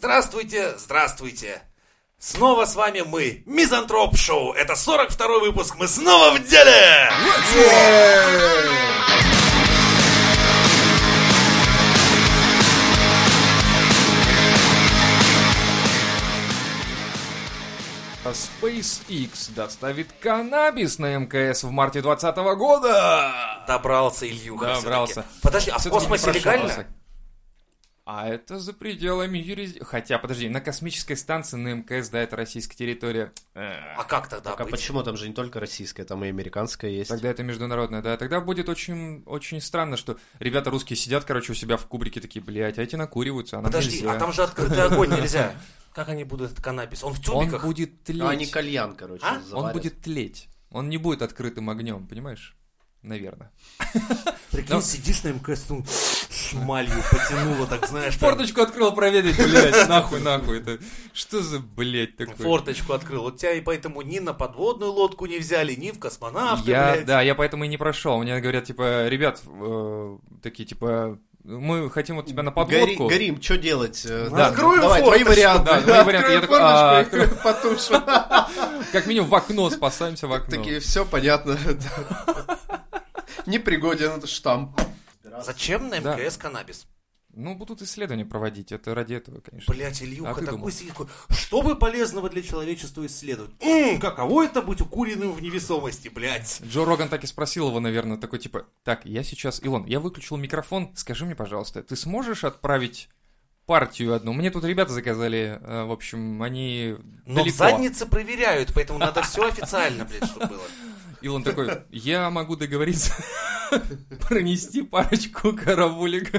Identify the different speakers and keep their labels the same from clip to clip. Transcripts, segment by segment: Speaker 1: Здравствуйте, здравствуйте! Снова с вами мы, Мизантроп Шоу. Это 42-й выпуск, мы снова в деле!
Speaker 2: SpaceX доставит каннабис на МКС в марте 2020 года.
Speaker 1: Добрался Ильюха всё-таки.
Speaker 2: Добрался.
Speaker 1: Подожди, а в
Speaker 2: Всё-таки
Speaker 1: космосе
Speaker 2: не
Speaker 1: легально?
Speaker 2: прошелся. А это за пределами юрисдикции. Хотя, подожди, на космической станции на МКС, да, это российская территория.
Speaker 1: А как тогда
Speaker 3: Так а
Speaker 1: быть?
Speaker 3: почему там же не только российская, там и американская есть?
Speaker 2: Тогда это международная, да. Тогда будет очень, очень странно, что ребята русские сидят, короче, у себя в кубрике такие, блядь, а эти накуриваются, а нам
Speaker 1: Подожди,
Speaker 2: нельзя».
Speaker 1: а там же открытый огонь нельзя. Как они будут этот каннабис? Он в
Speaker 2: Он
Speaker 1: тюбиках?
Speaker 2: будет тлеть.
Speaker 3: А они кальян, короче,
Speaker 1: А? Он
Speaker 2: Он
Speaker 3: заварят.
Speaker 2: будет тлеть. Он не будет открытым огнем, понимаешь? Наверное.
Speaker 1: Прикинь,
Speaker 2: Ну.
Speaker 1: сидишь на МКС, ну, шмалью потянуло, так знаешь. прям.
Speaker 2: Форточку открыл проверить, блядь, нахуй, нахуй. Это что за, блядь, такое?
Speaker 1: Форточку открыл. Вот тебя и поэтому ни на подводную лодку не взяли, ни в космонавты,
Speaker 2: я,
Speaker 1: блядь.
Speaker 2: да, я поэтому и не прошел. Мне говорят, типа, ребят, э, такие, типа, мы хотим вот тебя на
Speaker 3: Гори-
Speaker 2: подводку.
Speaker 3: горим, что делать? э,
Speaker 1: Ну,
Speaker 3: да.
Speaker 1: откроем
Speaker 3: Давай, твои
Speaker 1: форточку,
Speaker 3: варианты.
Speaker 2: да, твои варианты. Я
Speaker 3: Откроем
Speaker 2: такой, а,
Speaker 3: форточку и потушу.
Speaker 2: Как минимум в окно спасаемся в окно.
Speaker 3: Такие, все понятно. да. Непригоден этот штамп.
Speaker 1: Зачем на
Speaker 2: Да.
Speaker 1: МКС каннабис?
Speaker 2: Ну, будут исследования проводить, это ради этого, конечно.
Speaker 1: Блять, Ильюха
Speaker 2: А ты думал?
Speaker 1: такой сидит, такой, что бы полезного для человечества исследовать? М, каково это быть укуренным в невесомости, блять?
Speaker 2: Джо Роган так и спросил его, наверное, такой типа, так, я сейчас, Илон, я выключил микрофон, скажи мне, пожалуйста, ты сможешь отправить партию одну? Мне тут ребята заказали, э, в общем, они
Speaker 1: Но
Speaker 2: далеко.
Speaker 1: в заднице проверяют, поэтому надо все официально, блядь, чтобы было.
Speaker 2: Илон такой, я могу договориться пронести парочку карабулик.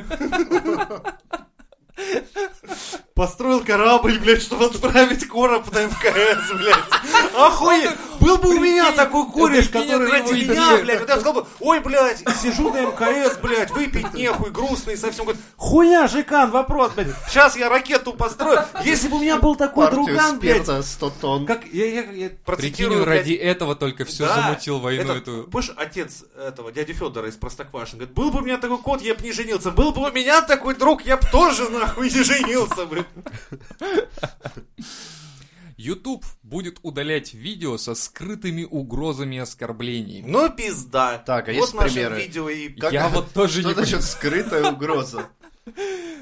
Speaker 1: Построил корабль, блядь, чтобы отправить короб на МКС, блядь. Охуеть! Был бы у меня такой кореш,
Speaker 2: прикинь,
Speaker 1: который
Speaker 2: это
Speaker 1: ради
Speaker 2: его
Speaker 1: меня,
Speaker 2: идея.
Speaker 1: блядь, вот я бы сказал бы, ой, блядь, сижу на МКС, блядь, выпить нехуй, грустный совсем. Говорит, хуя, Жекан, вопрос, блядь, сейчас я ракету построю. Если бы у меня был такой
Speaker 3: Партию
Speaker 1: друган, блядь,
Speaker 3: спирта 100 тонн.
Speaker 1: как я, я, я
Speaker 2: Прикинь,
Speaker 1: процитирую,
Speaker 2: он
Speaker 1: блядь,
Speaker 2: ради этого только все
Speaker 1: Да,
Speaker 2: замутил войну
Speaker 1: это-
Speaker 2: эту.
Speaker 1: Помнишь, отец этого, дяди Федора из Простоквашин, говорит, был бы у меня такой кот, я бы не женился. Был бы у меня такой друг, я бы тоже нахуй не женился бы.
Speaker 2: YouTube будет удалять видео со скрытыми угрозами и оскорблениями.
Speaker 1: Ну пизда.
Speaker 3: Так, а
Speaker 1: вот
Speaker 3: есть
Speaker 1: наше
Speaker 3: примеры?
Speaker 1: видео и...
Speaker 3: Как-
Speaker 2: Я вот тоже не
Speaker 3: Что значит скрытая угроза?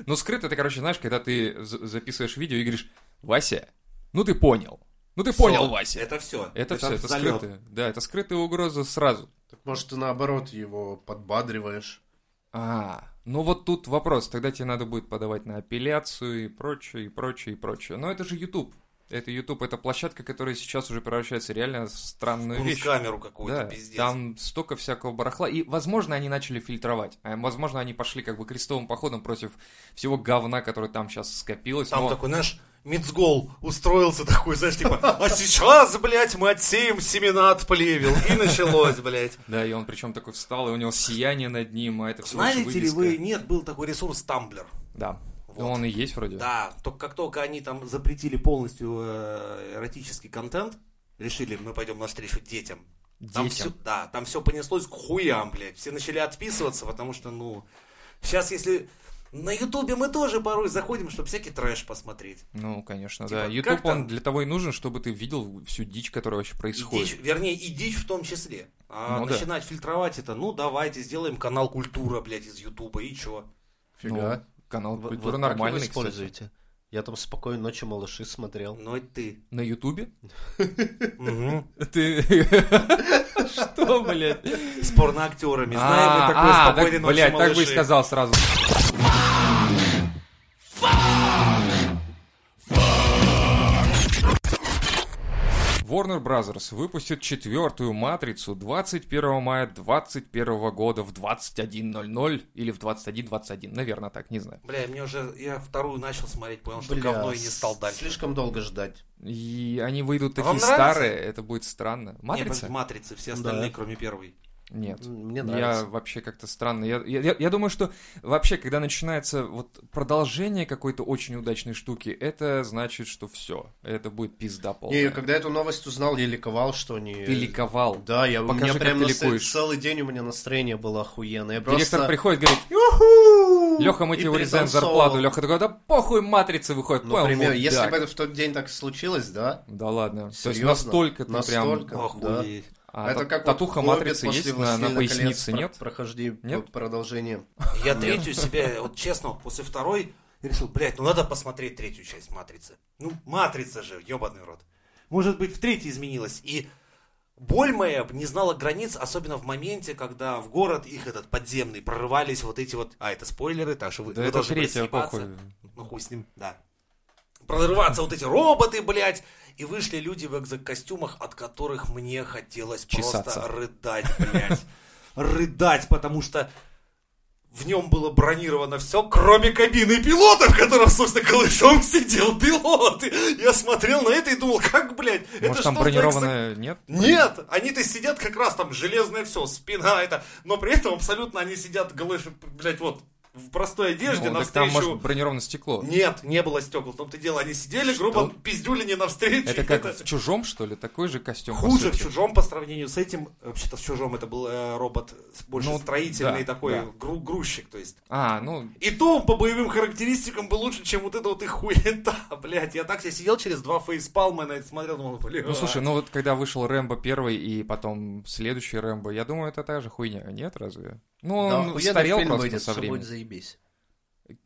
Speaker 2: Ну, скрыто это, короче, знаешь, когда ты за- записываешь видео и говоришь, Вася, ну ты понял. Ну ты понял, Вася.
Speaker 1: Это все.
Speaker 2: Это все, это
Speaker 1: залёт.
Speaker 2: скрытые. Да, это скрытая угроза сразу.
Speaker 3: Может, ты наоборот его подбадриваешь?
Speaker 2: А, ну вот тут вопрос. Тогда тебе надо будет подавать на апелляцию и прочее, и прочее, и прочее. Но это же YouTube. Это YouTube, это площадка, которая сейчас уже превращается реально в странную вещь.
Speaker 1: камеру какую-то,
Speaker 2: Ну, Да,
Speaker 1: пиздец.
Speaker 2: там столько всякого барахла. И, возможно, они начали фильтровать. А, Возможно, они пошли как бы крестовым походом против всего говна, которое там сейчас скопилось.
Speaker 1: Там
Speaker 2: но-
Speaker 1: такой, знаешь, Мицгол устроился такой, знаешь, типа, а сейчас, блядь, мы отсеем семена от плевел. И началось, блядь.
Speaker 2: Да, и он причем такой встал, и у него сияние над ним, а это все
Speaker 1: Знаете ли вы, нет, был такой ресурс Тамблер.
Speaker 2: Да.
Speaker 1: Вот.
Speaker 2: Ну, Он и есть вроде.
Speaker 1: Да, только как только они там запретили полностью э, эротический контент, решили, мы пойдем навстречу детям. Там
Speaker 2: Детям.
Speaker 1: всё- да, там все понеслось к хуям, блядь. Все начали отписываться, потому что, ну, сейчас если... На Ютубе мы тоже порой заходим, чтобы всякий трэш посмотреть.
Speaker 2: Ну, конечно,
Speaker 1: Типа,
Speaker 2: да.
Speaker 1: как
Speaker 2: Ютуб,
Speaker 1: там?
Speaker 2: он для того и нужен, чтобы ты видел всю дичь, которая вообще
Speaker 1: И
Speaker 2: происходит.
Speaker 1: дичь- вернее, и дичь в том числе. А
Speaker 2: Ну да.
Speaker 1: начинать фильтровать это, ну, давайте сделаем канал Культура, блядь, из Ютуба, и чё?
Speaker 2: Ну,
Speaker 3: Фига.
Speaker 2: канал
Speaker 3: Вы-
Speaker 2: культуры
Speaker 3: вы
Speaker 2: нормальный,
Speaker 3: как его
Speaker 2: кстати.
Speaker 3: используете? Я там спокойно ночью малыши смотрел.
Speaker 1: Ну, это ты.
Speaker 2: На Ютубе?
Speaker 1: Мгм.
Speaker 2: Ты... Что, блядь?
Speaker 1: С порноактерами. Знаем мы такой
Speaker 2: А, а,
Speaker 1: спокойной
Speaker 2: так,
Speaker 1: ночи,
Speaker 2: Блядь, так бы и
Speaker 1: малыши.
Speaker 2: сказал сразу. Warner Brothers выпустит четвертую «Матрицу» 21 мая 2021 года в 21.00 или в 21.21, наверное, так, не знаю.
Speaker 1: Бля, мне уже, я вторую начал смотреть, понял, Ну, что
Speaker 3: Бля,
Speaker 1: говно и не стал дальше.
Speaker 3: Слишком долго ждать.
Speaker 2: И они выйдут
Speaker 1: А вам
Speaker 2: такие
Speaker 1: нравится?
Speaker 2: старые, это будет странно.
Speaker 1: Не,
Speaker 2: «Матрица»?
Speaker 1: подожди, матрицы, все остальные,
Speaker 3: Да.
Speaker 1: кроме первой.
Speaker 2: Нет.
Speaker 3: Мне
Speaker 2: Я
Speaker 3: нравится.
Speaker 2: вообще как-то странно. Я, я- я- я думаю, что вообще, когда начинается вот продолжение какой-то очень удачной штуки, это значит, что все. Это будет пизда полная.
Speaker 3: Не, я когда эту новость узнал, я ликовал, что они... э,
Speaker 2: Ты ликовал.
Speaker 3: Да, я, у
Speaker 2: Покажи,
Speaker 3: меня
Speaker 2: как
Speaker 3: прям
Speaker 2: ты
Speaker 3: настро-
Speaker 2: ликуешь.
Speaker 3: целый день у меня настроение было охуенное. Я
Speaker 2: Директор
Speaker 3: просто...
Speaker 2: приходит, говорит, Леха, мы
Speaker 3: И
Speaker 2: тебе урезаем
Speaker 3: пританцовывал.
Speaker 2: зарплату. Леха такой, да похуй, матрица выходит. Понял,
Speaker 3: Ну, Например,
Speaker 2: мудак.
Speaker 3: если бы это в тот день так случилось, да?
Speaker 2: Да ладно. То есть
Speaker 3: Серьезно?
Speaker 2: настолько ты прям...
Speaker 3: Настолько?
Speaker 1: Охуеть.
Speaker 2: А
Speaker 3: это
Speaker 2: та-
Speaker 3: как вот
Speaker 2: татуха
Speaker 3: Хоббит
Speaker 2: матрицы
Speaker 3: после
Speaker 2: есть на, на
Speaker 3: «Властелина колец»
Speaker 2: пояснице,
Speaker 3: про-
Speaker 2: нет?
Speaker 3: Прохожди
Speaker 2: Нет?
Speaker 3: п- продолжение.
Speaker 1: Я третью себе, вот честно, вот после второй решил, блядь, ну надо посмотреть третью часть «Матрицы». Ну, «Матрица» же, ебаный рот. Может быть, в третьей изменилась. И боль моя не знала границ, особенно в моменте, когда в город их этот подземный прорывались вот эти вот... А, это спойлеры, так что вы,
Speaker 2: Да
Speaker 1: вы
Speaker 2: это
Speaker 1: должны были
Speaker 2: третья,
Speaker 1: съебаться.
Speaker 2: похуй.
Speaker 1: Ну, хуй с ним, да. Прорываться вот эти роботы, блядь. И вышли люди в экзокостюмах, от которых мне хотелось
Speaker 2: Чесаться.
Speaker 1: просто рыдать, блядь. Рыдать, потому что в нем было бронировано все, кроме кабины пилота, в котором, собственно, колышом сидел пилот. И Я смотрел на это и думал, как, блядь,
Speaker 2: Может, там
Speaker 1: что за экзо-
Speaker 2: бронированная... Нет?
Speaker 1: нет, они-то сидят как раз там железное все, спина это, но при этом абсолютно они сидят голыши, блядь, вот в простой одежде
Speaker 2: Ну, так
Speaker 1: навстречу.
Speaker 2: там, может, бронированное стекло.
Speaker 1: Нет, не было стекол. В том-то и дело, они сидели, грубо пиздюли не навстречу.
Speaker 2: Это как в «Чужом», что ли? Такой же костюм, по
Speaker 1: Хуже в
Speaker 2: сути.
Speaker 1: чужом по сравнению с этим. Вообще-то в чужом это был э, робот с- больше
Speaker 2: Ну,
Speaker 1: строительный
Speaker 2: да,
Speaker 1: такой
Speaker 2: да.
Speaker 1: гру- грузчик, то есть.
Speaker 2: А, ну,
Speaker 1: И то он по боевым характеристикам был лучше, чем вот это вот их хуета, блядь. Я так себе сидел через два фейспалма и на это смотрел, думал, а, блядь.
Speaker 2: ну слушай, ну вот когда вышел Рэмбо первый и потом следующий Рэмбо, я думаю, это та же хуйня, нет, разве? Ну,
Speaker 3: Да,
Speaker 2: он
Speaker 3: охуенный
Speaker 2: устарел
Speaker 3: фильм
Speaker 2: просто
Speaker 3: выйдет,
Speaker 2: со
Speaker 3: всё будет
Speaker 2: временем.
Speaker 3: заебись.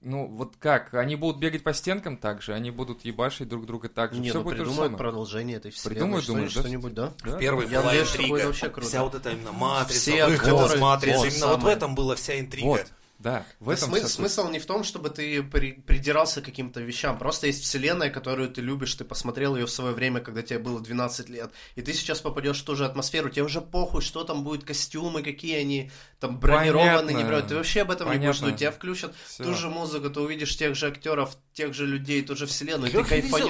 Speaker 2: Ну, вот как? Они будут бегать по стенкам так же, они будут ебашить друг друга так же.
Speaker 3: Не,
Speaker 2: Все
Speaker 3: ну
Speaker 2: будет то же
Speaker 3: придумают
Speaker 2: самое.
Speaker 3: продолжение этой вселенной.
Speaker 2: Придумают,
Speaker 3: что-нибудь,
Speaker 2: думаешь, да?
Speaker 3: Что-нибудь, да?
Speaker 2: Да?
Speaker 1: Первый
Speaker 3: Я
Speaker 1: была
Speaker 3: надеюсь, что будет
Speaker 1: интрига.
Speaker 3: вообще круто.
Speaker 1: Вся вот эта именно матрица,
Speaker 3: Все
Speaker 1: выход
Speaker 3: актеры,
Speaker 1: из матрицы.
Speaker 3: вот
Speaker 1: именно вот в
Speaker 3: самое.
Speaker 1: этом была вся интрига.
Speaker 2: Вот, да, в этом
Speaker 3: Смы-
Speaker 2: вся суть.
Speaker 3: смысл не в том, чтобы ты при- придирался к каким-то вещам. Просто есть вселенная, которую ты любишь, ты посмотрел ее в свое время, когда тебе было 12 лет. И ты сейчас попадешь в ту же атмосферу. Тебе уже похуй, что там будет, костюмы, какие они там бронированные, не
Speaker 2: Понятно.
Speaker 3: бронированные. Ты вообще об этом не будешь
Speaker 2: Понятно.
Speaker 3: думать. Тебя включат
Speaker 2: Всё.
Speaker 3: ту же музыку, ты увидишь тех же актеров, тех же людей, ту же вселенную, и ты
Speaker 1: Леха везет, вот
Speaker 3: кайфанешь.
Speaker 1: Леха,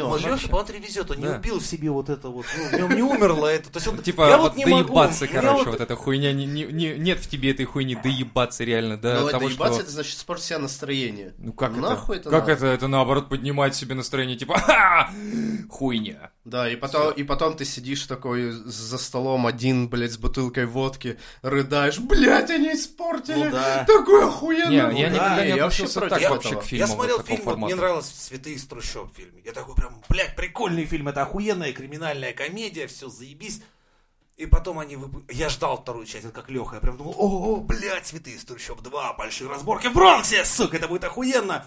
Speaker 1: по-моему, везет, а он не
Speaker 2: Да.
Speaker 1: убил в себе вот это вот, ну, в нем не умерло это. То есть он,
Speaker 2: Типа,
Speaker 1: я
Speaker 2: вот
Speaker 1: вот не могу.
Speaker 2: доебаться,
Speaker 1: у меня
Speaker 2: короче, вот...
Speaker 1: вот-
Speaker 2: эта хуйня, не- не- не- нет в тебе этой хуйни, доебаться реально, да,
Speaker 3: Но
Speaker 2: того,
Speaker 3: доебаться,
Speaker 2: что...
Speaker 3: Ну, это значит спорт себе настроение.
Speaker 2: Ну как
Speaker 3: Нахуй
Speaker 2: это?
Speaker 3: это
Speaker 2: как
Speaker 3: надо?
Speaker 2: это? Это наоборот поднимает себе настроение, типа, «Ха! хуйня.
Speaker 3: Да, и потом, и потом ты сидишь такой за столом один, блядь, с бутылкой водки, рыдаешь, блядь, они испортили,
Speaker 1: Ну да.
Speaker 3: такой охуенный.
Speaker 2: Не, я
Speaker 3: выпуск».
Speaker 2: никогда не
Speaker 3: я вообще
Speaker 2: относился
Speaker 3: против
Speaker 2: так
Speaker 3: этого.
Speaker 2: вообще
Speaker 1: Я
Speaker 2: к фильмам
Speaker 1: смотрел
Speaker 2: вот такого
Speaker 1: фильм, вот мне
Speaker 2: формата.
Speaker 1: нравилось «Цветы из трущоб» в фильме. Я такой прям, блядь, прикольный фильм, это охуенная криминальная комедия, все, заебись. И потом они выпу- Я ждал вторую часть, это как Леха. Я прям думал, о, блядь, «Цветы из трущоб 2», большие разборки в Бронксе, сука, это будет охуенно.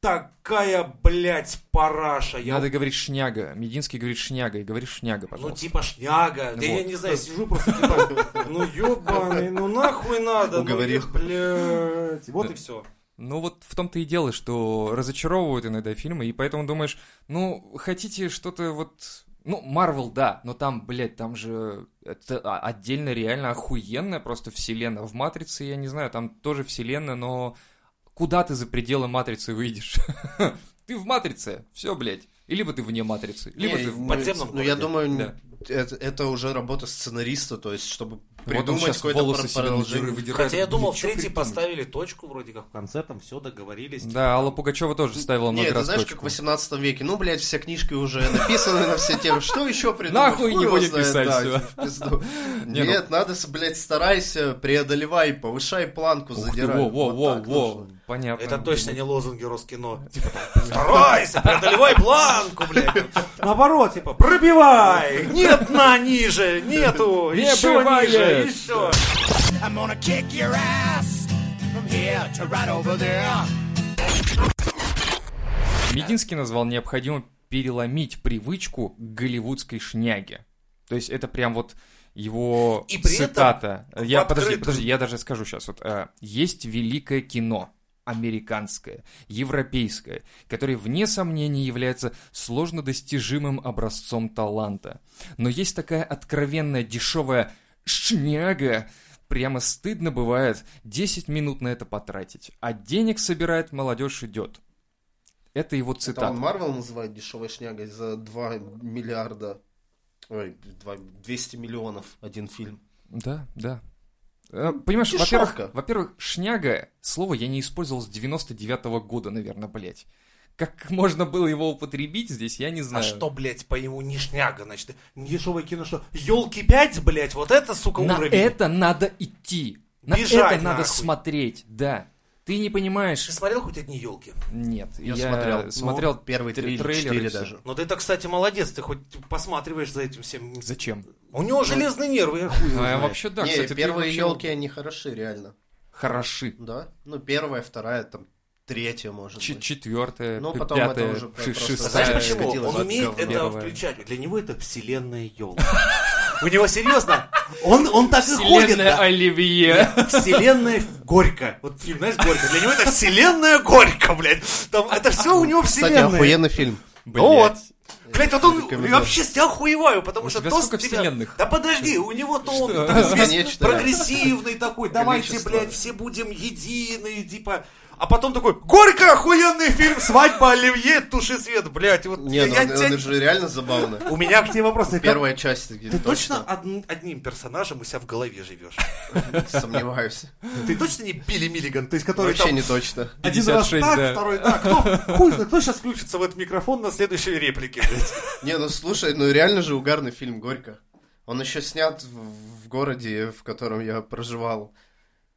Speaker 1: Такая, блядь, параша. Я
Speaker 2: Надо говорить шняга. Мединский говорит шняга, и говоришь шняга,
Speaker 1: Ну,
Speaker 2: пожалуйста.
Speaker 1: типа шняга. Да я
Speaker 2: Вот.
Speaker 1: не знаю, сижу просто типа, ну ёбаный, ну нахуй надо.
Speaker 3: Уговорил.
Speaker 1: Ну, блядь. Вот и все.
Speaker 2: Ну вот в том-то и дело, что разочаровывают иногда фильмы, и поэтому думаешь, ну, хотите что-то вот... Ну, Марвел, да, но там, блядь, там же это а- отдельно реально охуенная просто вселенная. В Матрице, я не знаю, там тоже вселенная, но куда ты за пределы Матрицы выйдешь? Ты в Матрице, все, блядь. И либо ты вне Матрицы, либо
Speaker 3: Не,
Speaker 2: ты
Speaker 3: ну,
Speaker 2: в Матрице.
Speaker 1: подземном
Speaker 3: Ну, я
Speaker 1: городе.
Speaker 3: думаю,
Speaker 2: Да.
Speaker 3: это, это уже работа сценариста, то есть, чтобы
Speaker 2: Вот он
Speaker 3: придумать
Speaker 2: щас
Speaker 3: какое-то
Speaker 2: волосы
Speaker 3: про-
Speaker 2: себе на
Speaker 3: продолжение.
Speaker 2: дыры выдирает.
Speaker 1: Хотя я думал, в
Speaker 2: Блядь, чё
Speaker 1: третий
Speaker 2: придумать?
Speaker 1: поставили точку вроде как в конце, там все договорились. типа,
Speaker 2: Да, Алла Пугачева тоже ставила
Speaker 3: Не,
Speaker 2: много
Speaker 3: это
Speaker 2: раз
Speaker 3: знаешь, как в
Speaker 2: точку.
Speaker 3: 18 веке. Ну, блядь, все книжки уже написаны на все темы. Что еще придумать?
Speaker 2: Нахуй
Speaker 3: Хуй
Speaker 2: не
Speaker 3: его
Speaker 2: будет
Speaker 3: знает,
Speaker 2: писать
Speaker 3: да,
Speaker 2: всё.
Speaker 3: в пизду.
Speaker 2: Не, ну-
Speaker 3: Нет, надо, с- блядь, старайся, преодолевай, повышай планку,
Speaker 2: Ух ты,
Speaker 3: задирай.
Speaker 2: во, во,
Speaker 3: Вот
Speaker 2: во,
Speaker 3: так
Speaker 2: во,
Speaker 3: нужно.
Speaker 2: понятно.
Speaker 1: Это точно не лозунги Роскино. Типа, там, старайся, преодолевай планку, блядь. Наоборот, типа, пробивай. Нет на ниже, нету,
Speaker 2: Не
Speaker 1: еще
Speaker 2: бывает.
Speaker 1: ниже, еще.
Speaker 4: I'm gonna kick your ass from here to right over there.
Speaker 2: Мединский назвал необходимо переломить привычку к голливудской шняге. То есть это прям вот его
Speaker 1: И при этом
Speaker 2: цитата. я,
Speaker 1: открытую-
Speaker 2: подожди, подожди, я даже скажу сейчас. Вот, э, есть великое кино, американское, европейское, которое, вне сомнения, является сложно достижимым образцом таланта. Но есть такая откровенная дешевая шняга, Прямо стыдно бывает 10 минут на это потратить. А денег собирает, молодежь идет. Это его
Speaker 3: Это
Speaker 2: цитата.
Speaker 3: он Марвел называет дешевой шнягой за 2 миллиарда, ой, 2, 200 миллионов один фильм.
Speaker 2: Да, да. Э, Понимаешь,
Speaker 3: Дешевка.
Speaker 2: во-первых, во-первых, шняга, слово я не использовал с 99-го года, наверное, блядь. Как можно было его употребить здесь, я не
Speaker 1: А
Speaker 2: знаю.
Speaker 1: что, блядь, по нему не шняга, значит? Дешевое кино, что? Елки 5, блядь, вот это, сука,
Speaker 2: На
Speaker 1: уровень.
Speaker 2: это надо идти. На
Speaker 1: Бежать
Speaker 2: это надо
Speaker 1: нахуй.
Speaker 2: смотреть, да. Ты не понимаешь.
Speaker 1: Ты смотрел хоть одни елки?
Speaker 2: Нет,
Speaker 3: Я, смотрел.
Speaker 2: Смотрел
Speaker 3: Ну, первые
Speaker 2: тр-
Speaker 3: три или
Speaker 2: трейлер и
Speaker 3: четыре
Speaker 2: всё.
Speaker 3: даже.
Speaker 1: Ну ты-то, кстати, молодец, ты хоть посматриваешь за этим всем.
Speaker 2: Зачем?
Speaker 1: У него железные нервы, я хуй его
Speaker 2: А,
Speaker 1: знает.
Speaker 2: Ну, вообще да,
Speaker 3: не,
Speaker 2: кстати, ты
Speaker 3: первые
Speaker 2: вообще
Speaker 3: елки они хороши, реально.
Speaker 2: хороши.
Speaker 3: Да? Ну, первая, вторая, там, третья, может
Speaker 2: Ч-
Speaker 3: быть.
Speaker 2: четвертая,
Speaker 3: Ну,
Speaker 2: п-
Speaker 3: потом это
Speaker 2: пятая,
Speaker 3: уже
Speaker 2: ши-
Speaker 3: просто-
Speaker 2: шестая.
Speaker 1: А Знаешь
Speaker 3: Да,
Speaker 1: почему?
Speaker 3: скатилась
Speaker 1: Он
Speaker 3: от
Speaker 1: умеет
Speaker 3: говна.
Speaker 1: это
Speaker 2: Первая.
Speaker 1: включать. Для него это вселенная елка. У него серьезно? Он, он так и ходит.
Speaker 2: Вселенная
Speaker 1: да.
Speaker 2: Оливье.
Speaker 1: Вселенная горько. Вот фильм, знаешь, горько. Для него это вселенная горько, блядь. Там это все у него
Speaker 3: Кстати,
Speaker 1: вселенная.
Speaker 3: охуенный фильм.
Speaker 1: Ну вот.
Speaker 2: Блядь.
Speaker 1: Блять, вот он
Speaker 3: Рекомендую.
Speaker 1: я вообще с тебя охуеваю, потому
Speaker 2: У
Speaker 1: что
Speaker 2: тебя
Speaker 1: то
Speaker 2: сколько
Speaker 1: тебя-
Speaker 2: вселенных?
Speaker 1: Да подожди, у него то он
Speaker 2: Что?
Speaker 1: там весь
Speaker 3: Бесконечно.
Speaker 1: прогрессивный такой, давайте,
Speaker 3: Количество.
Speaker 1: блядь, все будем едины, типа... А потом такой, горько охуенный фильм, свадьба Оливье, туши свет, блядь. Вот
Speaker 3: Не,
Speaker 1: я-
Speaker 3: ну,
Speaker 1: я
Speaker 3: он,
Speaker 1: тебя-
Speaker 3: он же реально забавный.
Speaker 1: У меня к тебе вопрос. Ты, как-
Speaker 3: Первая часть. где
Speaker 1: ты точно од- одним персонажем у себя в голове живешь?
Speaker 3: Сомневаюсь.
Speaker 1: Ты точно не Билли Миллиган, то есть который
Speaker 3: Вообще
Speaker 1: там...
Speaker 3: не точно.
Speaker 1: Один раз
Speaker 2: 56,
Speaker 1: так,
Speaker 2: да.
Speaker 1: второй так. Кто, хуй знает, кто сейчас включится в этот микрофон на следующей реплике, блядь?
Speaker 3: Не, ну слушай, ну реально же угарный фильм «Горько». Он еще снят в, в городе, в котором я проживал.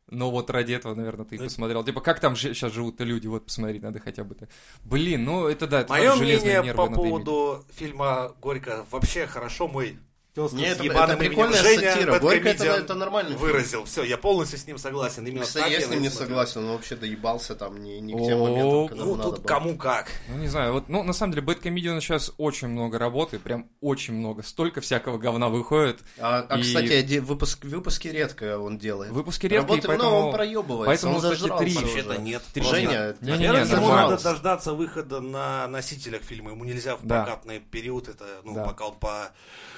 Speaker 2: Ну вот ради этого, наверное,
Speaker 1: Э.
Speaker 2: ты и посмотрел. Типа, как там сейчас живут люди, вот посмотреть надо хотя бы. так. Блин, ну это да, это
Speaker 1: Мое
Speaker 2: надо железные
Speaker 1: мнение
Speaker 2: нервы
Speaker 1: по
Speaker 2: надо
Speaker 1: поводу фильма «Горько» вообще хорошо мой тезка
Speaker 3: Не,
Speaker 1: с
Speaker 3: это-
Speaker 1: ебаным
Speaker 3: это
Speaker 1: именем
Speaker 3: прикольная
Speaker 1: Женя,
Speaker 3: сатира.
Speaker 1: Bad
Speaker 3: «Горько» это-
Speaker 1: Comedian,
Speaker 3: это нормальный фильм.
Speaker 1: Выразил. Все, я полностью с ним согласен. Именно Ну,
Speaker 3: Кстати,
Speaker 1: так
Speaker 3: я
Speaker 1: я
Speaker 3: с ним не
Speaker 1: его смотрел.
Speaker 3: согласен, он вообще доебался там ни, ни к тем
Speaker 2: О,
Speaker 3: моментам, когда
Speaker 1: Ну,
Speaker 3: надо
Speaker 1: тут
Speaker 3: было.
Speaker 1: кому как.
Speaker 2: иметь. Ну не знаю, вот, ну на самом деле, Bad Comedian сейчас очень много работы, прям очень много. Столько всякого говна выходит.
Speaker 3: А, а,
Speaker 2: И-
Speaker 3: кстати, оди- выпуск, выпуски редко он делает.
Speaker 2: Выпуски редкие,
Speaker 1: ну,
Speaker 3: Работы
Speaker 2: поэтому-
Speaker 3: много, он проебывается,
Speaker 2: поэтому
Speaker 3: он
Speaker 2: вот эти
Speaker 3: зажрался
Speaker 2: три.
Speaker 3: уже.
Speaker 1: Вообще-то нет.
Speaker 2: Три-
Speaker 1: Просто-
Speaker 3: Женя,
Speaker 2: Нет, не, не,
Speaker 1: Во-первых,
Speaker 2: не,
Speaker 1: ему
Speaker 2: нормально.
Speaker 1: надо дождаться выхода на носителях фильма. Ему нельзя в
Speaker 2: Да.
Speaker 1: прокатный период. Это, ну,
Speaker 2: Да.
Speaker 1: пока он по...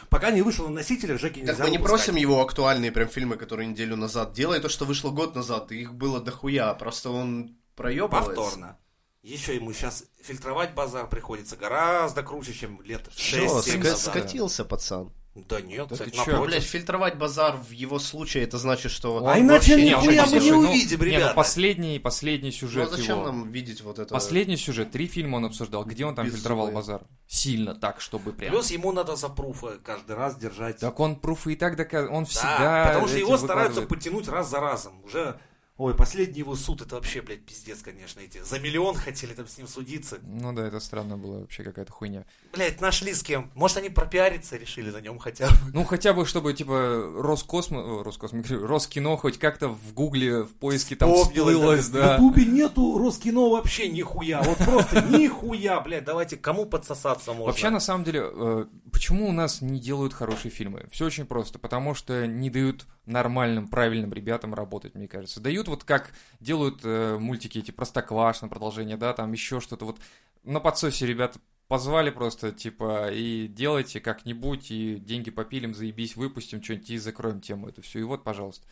Speaker 1: Пока не вышел на носителях, Жеки нельзя
Speaker 3: Как мы не
Speaker 1: выпускать.
Speaker 3: просим его актуальные прям фильмы, которые неделю назад делай, то, что вышло год назад, их было дохуя, просто он проебывается.
Speaker 1: Повторно. Еще ему сейчас фильтровать базар приходится гораздо круче, чем лет
Speaker 3: Всё,
Speaker 1: 6-7
Speaker 3: ска-
Speaker 1: назад.
Speaker 3: скатился, пацан.
Speaker 1: Да нет,
Speaker 2: Да
Speaker 1: кстати,
Speaker 2: ты чё?
Speaker 1: напротив.
Speaker 3: Блять, фильтровать базар в его случае, это значит, что...
Speaker 2: Он
Speaker 3: он
Speaker 1: А иначе
Speaker 3: вообще
Speaker 1: нихуя
Speaker 3: ничего
Speaker 1: мы
Speaker 3: делает.
Speaker 1: не
Speaker 2: ну,
Speaker 1: увидим,
Speaker 2: не, ну,
Speaker 1: ребята.
Speaker 2: последний, последний сюжет
Speaker 3: Ну, а зачем
Speaker 2: его.
Speaker 3: нам видеть вот это?
Speaker 2: Последний сюжет, три фильма он обсуждал, где он там
Speaker 3: Без
Speaker 2: фильтровал
Speaker 3: зубы.
Speaker 2: базар. Сильно так, чтобы прям.
Speaker 1: Плюс ему надо за пруфа каждый раз держать.
Speaker 2: Так он пруфы и так доказывает, он
Speaker 1: Да,
Speaker 2: всегда
Speaker 1: потому что
Speaker 2: эти
Speaker 1: его стараются
Speaker 2: выкладывает.
Speaker 1: потянуть раз за разом. Уже, ой, последний его суд, это вообще, блядь, пиздец, конечно, эти. За миллион хотели там с ним судиться.
Speaker 2: Ну да, это странно было вообще какая-то хуйня.
Speaker 1: Блядь, нашли с кем. Может, они пропиариться решили на нем хотя бы.
Speaker 2: Ну, хотя бы, чтобы, типа, Роскосмо... о, Роскосмо... говорю, Роскино хоть как-то в Гугле, в поиске там
Speaker 1: Вспомнилось,
Speaker 2: всплылось,
Speaker 1: да. В
Speaker 2: да.
Speaker 1: Ютубе нету Роскино вообще нихуя. Вот просто нихуя, блядь. Давайте, кому подсосаться можно?
Speaker 2: Вообще, на самом деле, э, почему у нас не делают хорошие фильмы? Все очень просто, потому что не дают нормальным, правильным ребятам работать, мне кажется. Дают вот как делают э, мультики эти Простоквашино, продолжение, да, там еще что-то. Вот на подсосе ребята позвали просто, типа, и делайте как-нибудь, и деньги попилим, заебись, выпустим что-нибудь и закроем тему эту всю. И вот, пожалуйста.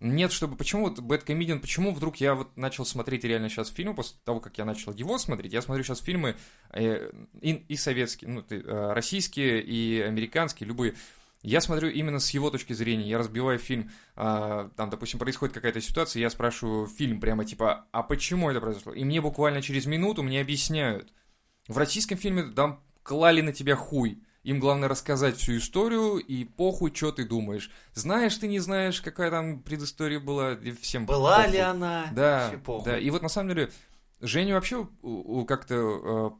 Speaker 2: Нет, чтобы... Почему вот Bad Comedian, почему вдруг я вот начал смотреть реально сейчас фильмы, после того, как я начал его смотреть, я смотрю сейчас фильмы э, и, и советские, ну, ты, э, российские, и американские, любые. Я смотрю именно с его точки зрения. Я разбиваю фильм, а, там, допустим, происходит какая-то ситуация, я спрашиваю фильм прямо типа, а почему это произошло? И мне буквально через минуту мне объясняют. В российском фильме там клали на тебя хуй. Им главное рассказать всю историю и похуй, что ты думаешь. Знаешь ты, не знаешь, какая там предыстория была, и всем
Speaker 1: Была
Speaker 2: похуй.
Speaker 1: ли она?
Speaker 2: Да,
Speaker 1: Вообще похуй.
Speaker 2: да. И вот на самом деле Женю вообще у- у- как-то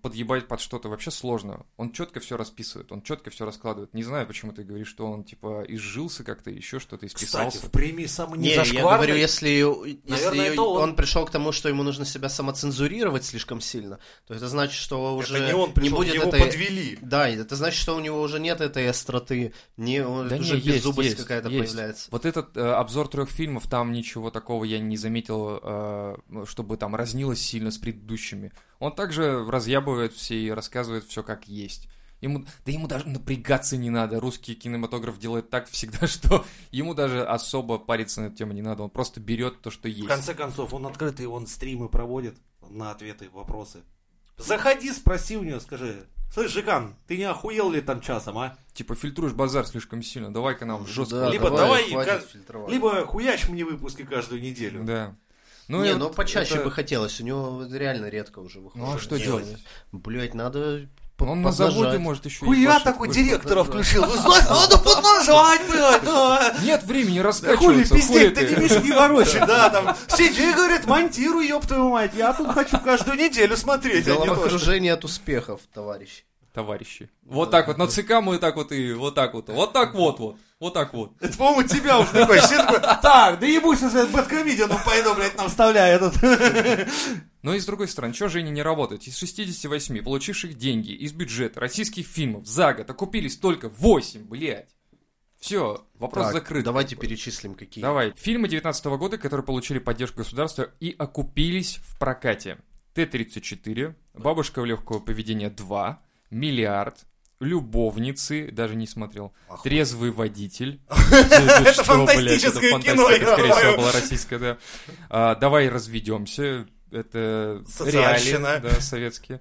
Speaker 2: э, подъебать под что-то вообще сложно. Он четко все расписывает, он четко все раскладывает. Не знаю, почему ты говоришь, что он типа изжился как-то, еще что-то
Speaker 1: Кстати,
Speaker 2: исписался.
Speaker 1: в премии самый
Speaker 3: Не,
Speaker 1: не,
Speaker 3: я говорю, если, если
Speaker 1: Наверное, это он.
Speaker 3: он... пришел к тому, что ему нужно себя самоцензурировать слишком сильно, то это значит, что уже
Speaker 1: это не он пришел,
Speaker 3: будет
Speaker 1: его
Speaker 3: этой...
Speaker 1: подвели.
Speaker 3: Да, и это значит, что у него уже нет этой остроты, не, он-
Speaker 2: Да
Speaker 3: уже
Speaker 2: не, есть,
Speaker 3: беззубость
Speaker 2: есть,
Speaker 3: какая-то
Speaker 2: есть.
Speaker 3: появляется.
Speaker 2: Вот этот э, обзор трех фильмов, там ничего такого я не заметил, э, чтобы там разнилось сильно с предыдущими. Он также разъябывает все и рассказывает все как есть. Ему, да ему даже напрягаться не надо. Русский кинематограф делает так всегда, что ему даже особо париться на эту тему не надо. Он просто берет то, что есть.
Speaker 1: В конце концов, он открытый, он стримы проводит на ответы и вопросы. Заходи, спроси у него, скажи. Слышь, Жиган, ты не охуел ли там часом, а?
Speaker 2: Типа фильтруешь базар слишком сильно. Давай-ка нам жестко.
Speaker 3: Да,
Speaker 1: Либо давай,
Speaker 3: давай,
Speaker 1: как-
Speaker 3: хватит фильтровать.
Speaker 1: Либо хуячь мне выпуски каждую неделю.
Speaker 2: Да.
Speaker 3: не,
Speaker 2: и
Speaker 3: ну
Speaker 2: вот
Speaker 3: почаще
Speaker 2: это-
Speaker 3: бы хотелось, у него реально редко уже выходит.
Speaker 2: Ну а что делать?
Speaker 3: Блять, надо
Speaker 2: Он на
Speaker 3: поднажать.
Speaker 2: заводе может еще и
Speaker 1: Хуя
Speaker 2: башит.
Speaker 1: такой директора включил. Ну, Вы знаете, надо поднажать, блядь, да.
Speaker 2: Нет времени
Speaker 1: Да ну, а? хули
Speaker 2: раскачиваться. хули
Speaker 1: пиздеть, ты
Speaker 2: ты.
Speaker 1: денежки ворочай, да, там. Сиди, говорит, монтируй, ёб твою мать, я тут хочу каждую неделю смотреть, а не то, что-
Speaker 3: Головокружение от успехов, товарищ.
Speaker 2: Товарищи. Вот так вот, на ЦК мы так вот и вот так вот. Вот так вот вот. Вот так вот.
Speaker 1: Это, по-моему, тебя уже такой, все такой, так, да ебусь уже, бэткомедиан, ну пойду, блядь, нам вставляй этот.
Speaker 2: Но и с другой стороны, что же они не работают? Из 68 получивших деньги из бюджета российских фильмов за год окупились только 8, блядь. Все, вопрос
Speaker 3: Так,
Speaker 2: закрыт.
Speaker 3: Давайте перечислим какие.
Speaker 2: Давай. Фильмы 19 года, которые получили поддержку государства и окупились в прокате. Т-34, Бабушка легкого поведения 2, Миллиард, Любовницы, даже не смотрел, Трезвый водитель. Это что, блядь,
Speaker 1: фантастическое
Speaker 2: это
Speaker 1: кино,
Speaker 2: фантастика,
Speaker 1: я
Speaker 2: скорее всего,
Speaker 1: говорю.
Speaker 2: была российская, да. А, Давай разведемся. Это реалии,
Speaker 1: Социальщина.
Speaker 2: да, советские.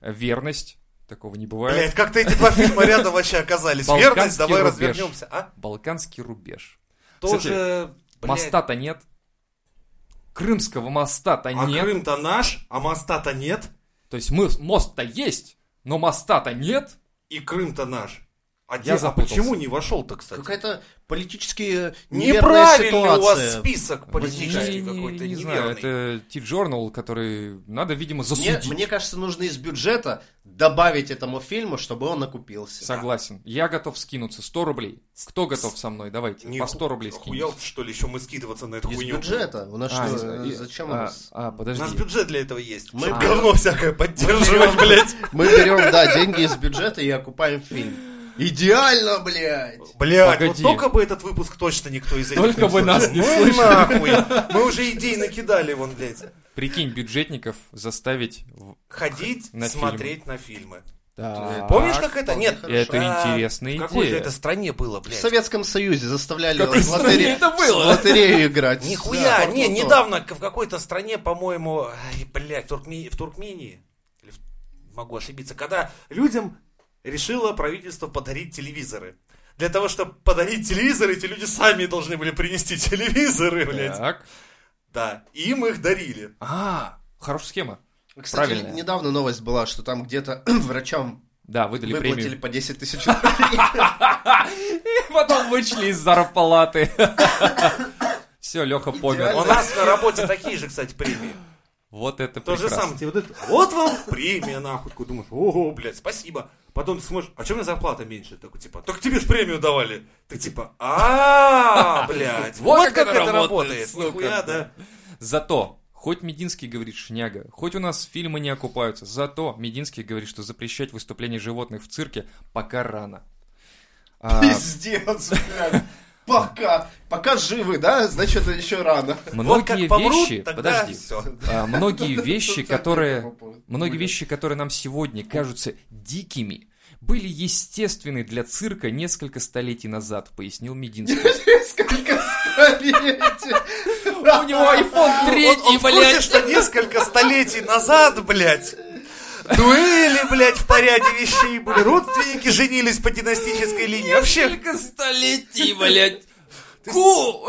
Speaker 2: Верность. Такого не бывает.
Speaker 1: Блядь, как-то эти два фильма рядом вообще оказались.
Speaker 2: Балканский
Speaker 1: Верность, давай
Speaker 2: рубеж.
Speaker 1: развернемся, а?
Speaker 2: Балканский рубеж.
Speaker 1: Тоже, блядь,
Speaker 2: Моста-то нет. Крымского моста-то
Speaker 1: А
Speaker 2: нет.
Speaker 1: Крым-то наш, а моста-то нет,
Speaker 2: То есть мы, мост-то есть, но моста-то нет.
Speaker 1: и Крым-то наш. А,
Speaker 2: Я
Speaker 1: где- а
Speaker 2: запутался.
Speaker 1: почему не вошел-то, кстати?
Speaker 3: Какая-то политически неверная
Speaker 1: Неправильный
Speaker 3: ситуация.
Speaker 1: у вас список
Speaker 2: Не-
Speaker 1: политический
Speaker 2: не-
Speaker 1: А какой-то,
Speaker 2: не знаю,
Speaker 1: неверный.
Speaker 2: это T-Journal, который надо, видимо,
Speaker 3: Мне,
Speaker 2: засудить.
Speaker 3: мне кажется, нужно из бюджета добавить этому фильму, чтобы он окупился.
Speaker 2: Согласен. Я готов скинуться. 100 рублей. Кто готов со мной? Давайте.
Speaker 1: Не
Speaker 2: по
Speaker 1: ху-
Speaker 2: 100 рублей скинем.
Speaker 1: Охуел, что ли, еще мы скидываться на эту
Speaker 3: Из
Speaker 1: хуйню?
Speaker 3: бюджета. У нас
Speaker 2: А,
Speaker 3: что,
Speaker 2: и-
Speaker 3: э, зачем у
Speaker 2: а,
Speaker 3: нас?
Speaker 2: а,
Speaker 1: У
Speaker 2: подожди.
Speaker 1: нас бюджет для этого есть.
Speaker 3: Мы
Speaker 1: Мы
Speaker 3: берем-
Speaker 1: говно всякое поддерживать, блядь.
Speaker 3: Мы берем, да, деньги из бюджета и окупаем фильм. Идеально, блядь!
Speaker 1: Блядь, вот
Speaker 2: Погоди.
Speaker 1: только бы этот выпуск точно никто из этих
Speaker 2: Только
Speaker 1: не
Speaker 2: бы нас не
Speaker 1: слышал. Ну и
Speaker 2: слышали.
Speaker 1: нахуй. Мы уже идей накидали вон, блядь.
Speaker 2: Прикинь, бюджетников заставить... в-
Speaker 1: Ходить,
Speaker 2: На
Speaker 1: смотреть на фильмы.
Speaker 2: Так.
Speaker 1: Помнишь, как это?
Speaker 3: вполне
Speaker 1: Нет.
Speaker 3: А, хорошо.
Speaker 2: А, Это
Speaker 1: А,
Speaker 2: интересная
Speaker 1: В
Speaker 2: Ну, идея.
Speaker 1: какой же это стране было,
Speaker 3: В
Speaker 1: блядь?
Speaker 3: Советском Союзе заставляли
Speaker 2: какой
Speaker 3: в
Speaker 2: стране
Speaker 3: лотере-
Speaker 2: это было?
Speaker 3: в лотерею играть.
Speaker 1: Нихуя,
Speaker 3: Да,
Speaker 1: не,
Speaker 3: вот, вот, вот.
Speaker 1: недавно к- в какой-то стране, по-моему, ай, блядь, в, Туркме- в Туркмении, или в- могу ошибиться, когда людям решило правительство подарить телевизоры. Для того, чтобы подарить телевизоры, эти люди сами должны были принести телевизоры, блядь.
Speaker 2: Так.
Speaker 1: Да, и им их дарили.
Speaker 2: А, хорошая схема.
Speaker 3: Кстати,
Speaker 2: Правильно.
Speaker 3: недавно новость была, что там где-то врачам
Speaker 2: Да, выдали
Speaker 3: выплатили
Speaker 2: премию.
Speaker 3: по 10 тысяч рублей.
Speaker 2: И потом вышли из зарплаты. Все, Леха
Speaker 1: У
Speaker 2: помер.
Speaker 1: нас на работе такие же, кстати, премии.
Speaker 2: Вот это
Speaker 1: То же
Speaker 2: прекрасно.
Speaker 1: самое. Тебе вот, это, вот вам премия, нахуй. Такой думаешь, ого, блядь, спасибо. Потом ты смотришь, а чем мне зарплата меньше? Такой, типа, так тебе же премию давали. Ты типа, а блядь,
Speaker 2: Вот
Speaker 1: вот
Speaker 2: как
Speaker 1: как
Speaker 2: это
Speaker 1: это
Speaker 2: работает,
Speaker 1: работает.
Speaker 2: сука.
Speaker 1: Нихуя, да.
Speaker 2: Зато, хоть Мединский говорит шняга, хоть у нас фильмы не окупаются, зато Мединский говорит, что запрещать выступление животных в цирке пока рано. А,
Speaker 3: Пиздец, блядь. Пока. Пока живы, да? Значит, еще рано.
Speaker 1: Вот как
Speaker 2: многие
Speaker 1: помрут,
Speaker 2: вещи,
Speaker 1: тогда
Speaker 2: подожди,
Speaker 1: все.
Speaker 2: а, многие вещи, которые,
Speaker 3: Блин.
Speaker 2: многие вещи, которые нам сегодня кажутся дикими, были естественны для цирка несколько столетий назад, пояснил Мединский.
Speaker 3: Сколько столетий.
Speaker 2: У него iPhone
Speaker 1: Он, он
Speaker 2: 3,
Speaker 1: в курсе,
Speaker 2: блядь!
Speaker 1: что несколько столетий назад, блядь, дуэли, блядь, в порядке вещей были. Родственники женились по династической линии. Вообще,
Speaker 2: Несколько столетий, блядь! Ку!
Speaker 1: он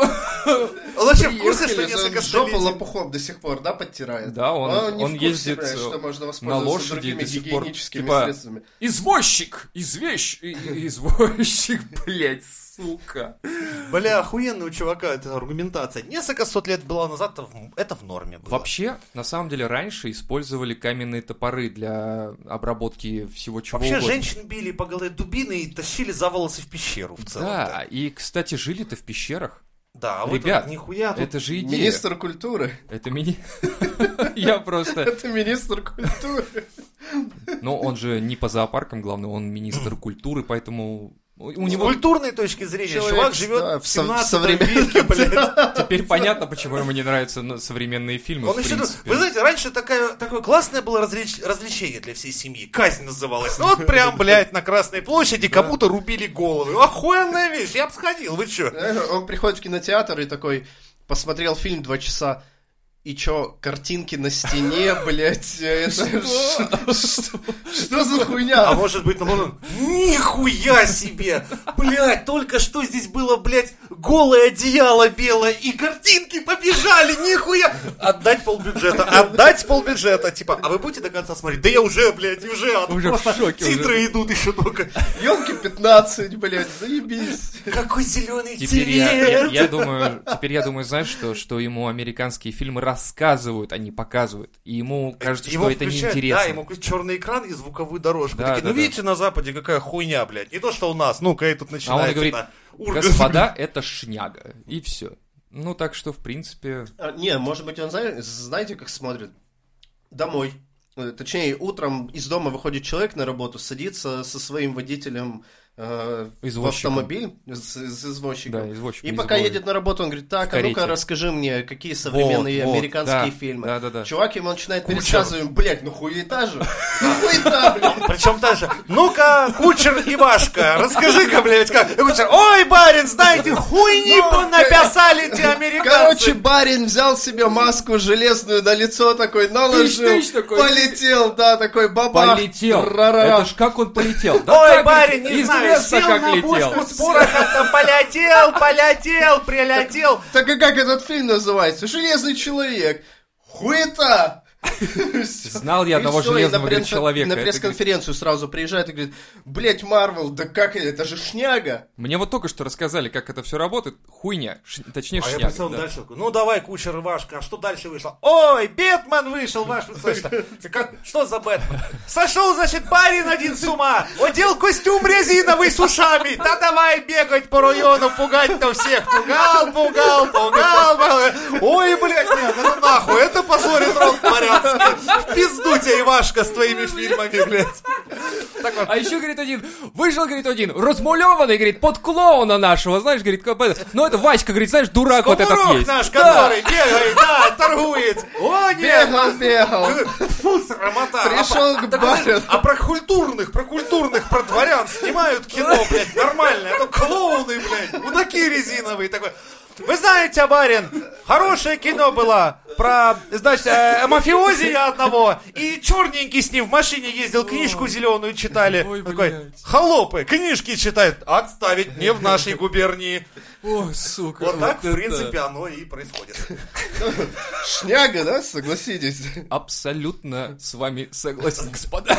Speaker 1: вообще в курсе, что
Speaker 3: Приехали,
Speaker 1: несколько
Speaker 3: он жопу
Speaker 1: столетий.
Speaker 3: лопухом до сих пор, да, подтирает?
Speaker 2: Да, он-
Speaker 3: А не
Speaker 2: он
Speaker 3: в курсе,
Speaker 2: ездит,
Speaker 3: блядь, что
Speaker 2: э,
Speaker 3: можно
Speaker 2: на
Speaker 3: воспользоваться
Speaker 2: лошади
Speaker 3: другими
Speaker 2: до сих пор,
Speaker 3: гигиеническими
Speaker 2: типа,
Speaker 3: средствами.
Speaker 2: Извозчик! Извещ... и- и- Извозчик, блядь, сука.
Speaker 1: Бля, охуенная у чувака эта аргументация. Несколько сот лет было назад, это в- это в норме было.
Speaker 2: Вообще, на самом деле, раньше использовали каменные топоры для обработки всего чего
Speaker 1: Вообще
Speaker 2: угодно.
Speaker 1: женщин били по голове дубиной и тащили за волосы в пещеру в целом.
Speaker 2: Да, и, кстати, жили-то в пещерах.
Speaker 1: Да, а вот
Speaker 2: Ребят,
Speaker 1: это нихуя тут.
Speaker 2: Это же идея.
Speaker 3: Министр культуры.
Speaker 2: Это мини... Я просто...
Speaker 3: Это министр культуры.
Speaker 2: Но он же не по зоопаркам, главное, он министр культуры, поэтому... У у
Speaker 1: С
Speaker 2: него
Speaker 1: культурной точки зрения
Speaker 3: Человек,
Speaker 1: чувак живет
Speaker 3: да, в
Speaker 1: в
Speaker 3: со-
Speaker 1: 17
Speaker 3: современном-
Speaker 1: веке, блядь.
Speaker 2: теперь понятно, почему ему не нравятся ну, современные фильмы,
Speaker 1: Он
Speaker 2: в
Speaker 1: еще...
Speaker 2: принципе.
Speaker 1: Вы знаете, раньше такая, такое классное было развлеч- развлечение для всей семьи. Казнь называлась. Ну вот прям, блядь, на Красной площади кому-то рубили головы. Охуенная вещь, я бы сходил, вы чё?
Speaker 3: Э, Он приходит в кинотеатр и такой посмотрел фильм два часа. И чё, картинки на стене, блядь, это... Что? Что за
Speaker 1: А
Speaker 3: хуйня?
Speaker 1: может быть, наоборот, нихуя себе! Блять, только что здесь было, блять, голое одеяло белое, и картинки побежали, нихуя! Отдать полбюджета, отдать полбюджета, типа, а вы будете до конца смотреть? Да я уже, блядь, уже, а то
Speaker 2: Уже в
Speaker 1: просто
Speaker 2: шоке уже.
Speaker 1: Титры идут еще только.
Speaker 3: Ёлки 15, блядь, заебись.
Speaker 1: Какой зеленый цвет!
Speaker 2: Теперь я, я- я думаю, теперь я думаю, знаешь, что, что ему американские фильмы рассказывают, а не показывают. И ему кажется,
Speaker 1: Его
Speaker 2: что это
Speaker 1: включают,
Speaker 2: неинтересно.
Speaker 1: Да, ему включают черный экран и звуковую дорожку.
Speaker 2: Да,
Speaker 1: Такие,
Speaker 2: да,
Speaker 1: ну
Speaker 2: да.
Speaker 1: видите, на Западе какая хуйня, блядь. Не то, что у нас. Ну-ка, и тут
Speaker 2: А
Speaker 1: начинается.
Speaker 2: он и говорит,
Speaker 1: да, Ургант,
Speaker 2: господа, это шняга. И все. Ну, так что, в принципе...
Speaker 3: А, Не, может быть, он, зна- знаете, как смотрит? Домой. Э, Точнее, утром из дома выходит человек на работу, садится со своим водителем э, в
Speaker 2: Извозчиком.
Speaker 3: автомобиль с, с извозчиком.
Speaker 2: Да, извозчик
Speaker 3: И
Speaker 2: не
Speaker 3: пока
Speaker 2: забыл.
Speaker 3: едет на работу, он говорит, так, а ну-ка
Speaker 2: карете.
Speaker 3: расскажи мне, какие современные
Speaker 2: вот, да,
Speaker 3: американские фильмы.
Speaker 2: да-да-да.
Speaker 3: Чувак ему начинает пересказывать, блядь, ну хуета же, ну хуета, блядь.
Speaker 1: Причем даже, ну-ка, кучер Ивашка, расскажи-ка, блядь, как. И кучер, ой, барин, знаете, хуйни
Speaker 3: Ну,
Speaker 1: бы написали эти
Speaker 3: Короче,
Speaker 1: американцы.
Speaker 3: барин взял себе маску железную на лицо такой, наложил,
Speaker 2: тыщ такой.
Speaker 3: полетел, да, такой бабах.
Speaker 2: Полетел.
Speaker 3: Ра-ра-ра.
Speaker 2: Это ж как он полетел. Да
Speaker 1: Ой,
Speaker 2: так
Speaker 1: барин,
Speaker 2: лет-
Speaker 1: не знаю,
Speaker 2: известно,
Speaker 1: сел
Speaker 2: как
Speaker 1: на
Speaker 2: летел.
Speaker 1: бочку с порохом, там полетел, полетел, прилетел.
Speaker 3: Так и как этот фильм называется? Железный человек. Хуета!
Speaker 2: Знал я одного
Speaker 3: И всё, и
Speaker 2: железного,
Speaker 3: на
Speaker 2: говорит,
Speaker 3: пресс-
Speaker 2: человека.
Speaker 3: На
Speaker 2: Это,
Speaker 3: пресс-конференцию сразу приезжает и говорит, блять, Марвел, да как это, это же шняга.
Speaker 2: Мне вот только что рассказали, как это все работает. Хуйня. Ш- Точнее,
Speaker 1: А я
Speaker 2: шняга.
Speaker 1: представил
Speaker 2: да.
Speaker 1: дальше, такой, ну давай, кучер Ивашка, а что дальше вышло? Ой, Бэтмен вышел, ваш высочество. Как- Что за Бэтмен? Сошел, значит, парень один с ума, одел костюм резиновый с ушами, да давай бегать по району, пугать-то всех, пугал, пугал, пугал, пугал. Ой, блядь, нет, это нахуй, это позорит рот морянский. В пизду тебе, Ивашка, с твоими фильмами, блядь. Так вот,
Speaker 2: А еще, говорит, один, вышел, говорит, один, размулеванный, говорит, под клоуна нашего, знаешь, говорит, как бы это- ну это Васька, говорит, знаешь, дурак вот этот
Speaker 1: Кобурок
Speaker 2: есть.
Speaker 1: наш,
Speaker 2: Да.
Speaker 1: который бегает, да, торгует. О, нет,
Speaker 3: Бегал, бегал.
Speaker 1: Фу, срамота.
Speaker 3: Пришел к барину.
Speaker 1: А про культурных, про культурных, про дворян снимают кино, блядь, нормально. Это клоуны, блядь, мудаки резиновые такой. Вы знаете, барин, хорошее кино было про, значит, э, мафиози я одного, и черненький с ним в машине ездил, книжку зеленую читали.
Speaker 2: Ой,
Speaker 1: такой,
Speaker 2: блядь.
Speaker 1: холопы, книжки читают, отставить не в нашей губернии.
Speaker 2: Ой, сука.
Speaker 1: Вот так, в
Speaker 2: это.
Speaker 1: принципе, оно и происходит.
Speaker 3: Шняга, да, согласитесь?
Speaker 2: Абсолютно с вами согласен, господа.